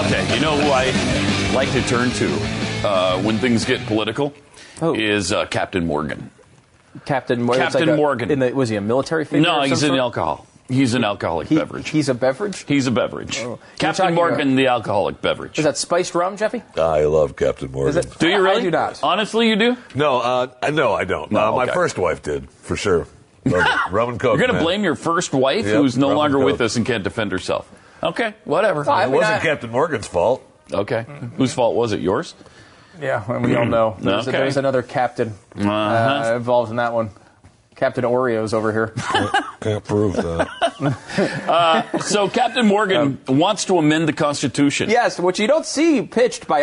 Okay, you know who I like to turn to uh, when things get political Who? is uh, Captain Morgan. Captain Morgan. Captain Morgan. in the, was he a military figure? no, of some he's an sort? alcohol. He's an alcoholic He- beverage. He's a beverage. He's a beverage. talking Captain Morgan, about- the alcoholic beverage. Is that spiced rum, Jeffy? I love Captain Morgan. Is it? do you I- really? I do not. Honestly, you do. No, uh, no, I don't. No, uh, My okay. first wife did for sure. Rum, rum and coke. You're going to man. blame your first wife, Yep, who's no rum and longer with coke. us and can't defend herself. Okay, whatever. I It mean, wasn't I- Captain Morgan's fault. Okay, whose fault was it? Yours? Yeah, and we all know. There's, Hmm. Okay. there's another captain uh Uh-huh. involved in that one. Captain Oreos over here. Can't prove that. So Captain Morgan wants to amend the Constitution. Um, yes, which you don't see pitched by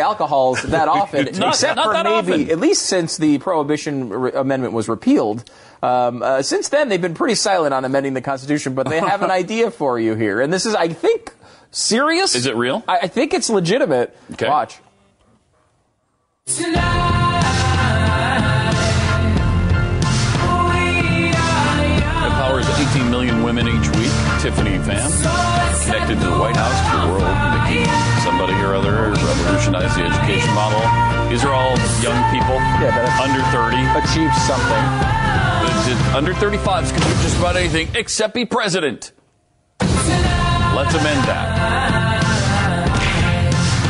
alcohols that often, Not- except not for that maybe often. at least since the Prohibition re- Amendment was repealed. Um, uh, since then, they've been pretty silent on amending the Constitution, but they have an idea for you here, and this is, I think, serious. Is it real? I, I think it's legitimate. Okay. Watch. Empowers 18 million women each week. Tiffany Van, connected to the White House, the world, Mickey, somebody or other, revolutionized the education model. These are all young people Yeah, that's- under 30. Achieve something. But did- Under 35s can do just about anything except be president. Let's amend that.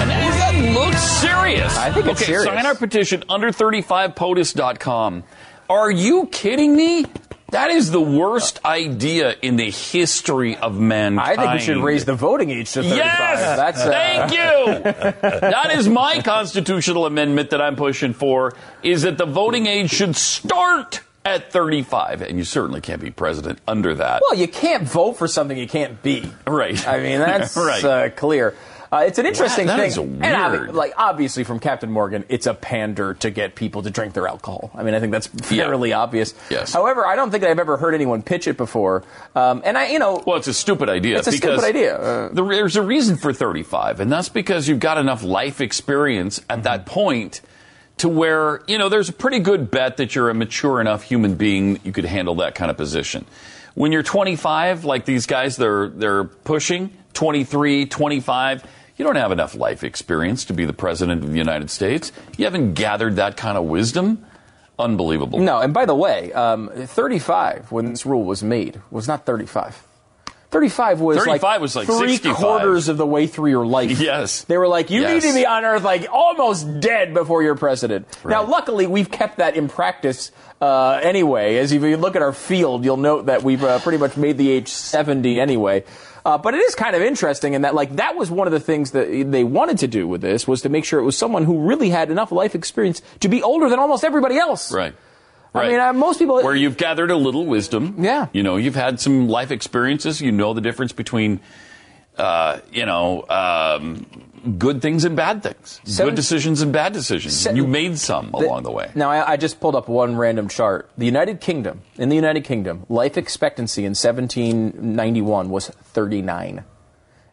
And that that looks serious. I think it's okay, serious. Sign our petition under 35potus.com. Are you kidding me? That is the worst idea in the history of mankind. I think we should raise the voting age to 35. Yes! That's, uh, Thank you! that is my constitutional amendment that I'm pushing for, is that the voting age should start at 35. And you certainly can't be president under that. Well, you can't vote for something you can't be. Right. I mean, that's Right. uh, clear. Uh, it's an interesting Wow, that thing. is And weird. obvi- like obviously from Captain Morgan, it's a pander to get people to drink their alcohol. I mean, I think that's Yeah. fairly obvious. Yes. However, I don't think I've ever heard anyone pitch it before. Um, and I, you know, Well, it's a stupid idea. It's a because stupid idea. Uh, the- there's a reason for 35, and that's because you've got enough life experience at that point to where, you know, there's a pretty good bet that you're a mature enough human being that you could handle that kind of position. When you're 25, like these guys, they're, they're pushing 23, 25. You don't have enough life experience to be the president of the United States. You haven't gathered that kind of wisdom. Unbelievable. no. And by the way, um, 35 when this rule was made was not 35. 35 was 35 like was like three 65. quarters of the way through your life. Yes. They were like, you Yes. need to be on Earth like almost dead before you're president. Now, luckily, we've kept that in practice uh, anyway. As if you look at our field, you'll note that we've uh, pretty much made the age 70 anyway. Uh, but it is kind of interesting in that, like, that was one of the things that they wanted to do with this was to make sure it was someone who really had enough life experience to be older than almost everybody else. Right. I Right. mean, uh, most people- Where you've gathered a little wisdom. Yeah. You know, you've had some life experiences. You know the difference between, uh, you know, um, good things and bad things, Seven- good decisions and bad decisions. Se- you made some along the way. Now, I, I just pulled up one random chart. The United Kingdom, in the United Kingdom, life expectancy in 1791 was 39.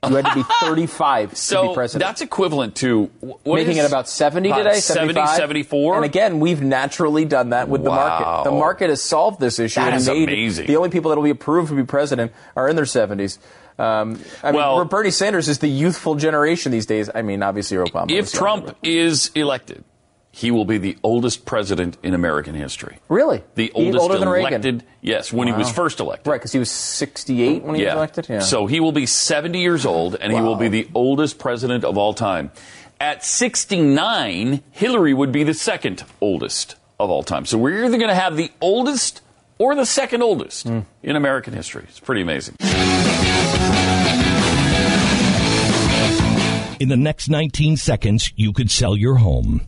You had to be 35 to be so president. that's equivalent to wh- what Making is- it about 70 about today, 70, 75. 74. And again, we've naturally done that with Wow. the market. The market has solved this issue. That and is made- amazing. The only people that will be approved to be president are in their 70s. Um, I Well- mean, Bernie Sanders is the youthful generation these days. I mean, obviously Obama. if was younger, Trump but- is elected, he will be the oldest president in American history. really The Even oldest older than Reagan. elected, yes, when he was first elected. Right, because he was 68 when he was elected. Yeah. So he will be 70 years old, and he will be the oldest president of all time. At 69, Hillary would be the second oldest of all time. So we're either going to have the oldest or the second oldest Hmm. in American history. It's pretty amazing. In the next 19 seconds, you could sell your home.